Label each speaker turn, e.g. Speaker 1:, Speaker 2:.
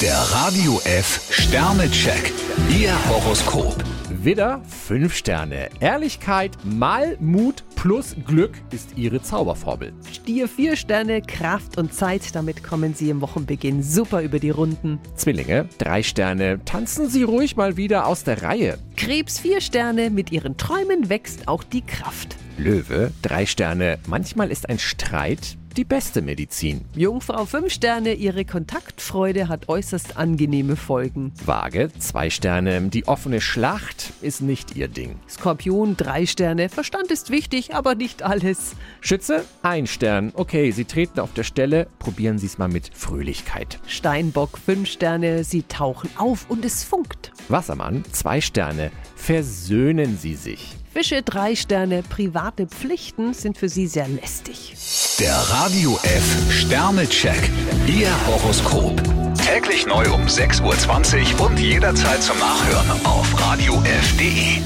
Speaker 1: Der Radio F Sternecheck. Ihr Horoskop.
Speaker 2: Widder, 5 Sterne. Ehrlichkeit mal Mut plus Glück ist ihre Zauberformel.
Speaker 3: Stier vier Sterne, Kraft und Zeit, damit kommen Sie im Wochenbeginn super über die Runden.
Speaker 2: Zwillinge, 3 Sterne. Tanzen Sie ruhig mal wieder aus der Reihe.
Speaker 3: Krebs vier Sterne, mit Ihren Träumen wächst auch die Kraft.
Speaker 2: Löwe, 3 Sterne. Manchmal ist ein Streit die beste Medizin.
Speaker 3: Jungfrau fünf Sterne, Ihre Kontaktfreude hat äußerst angenehme Folgen.
Speaker 2: Waage, 2 Sterne. Die offene Schlacht ist nicht ihr Ding.
Speaker 3: Skorpion drei Sterne, Verstand ist wichtig, aber nicht alles.
Speaker 2: Schütze, 1 Stern. Okay, Sie treten auf der Stelle. Probieren Sie es mal mit Fröhlichkeit.
Speaker 3: Steinbock fünf Sterne, Sie tauchen auf und es funkt.
Speaker 2: Wassermann, 2 Sterne. Versöhnen Sie sich.
Speaker 3: Fische drei Sterne, private Pflichten sind für Sie sehr lästig.
Speaker 1: Der Radio F Sternecheck. Ihr Horoskop. Täglich neu um 6.20 Uhr und jederzeit zum Nachhören auf Radio radiof.de.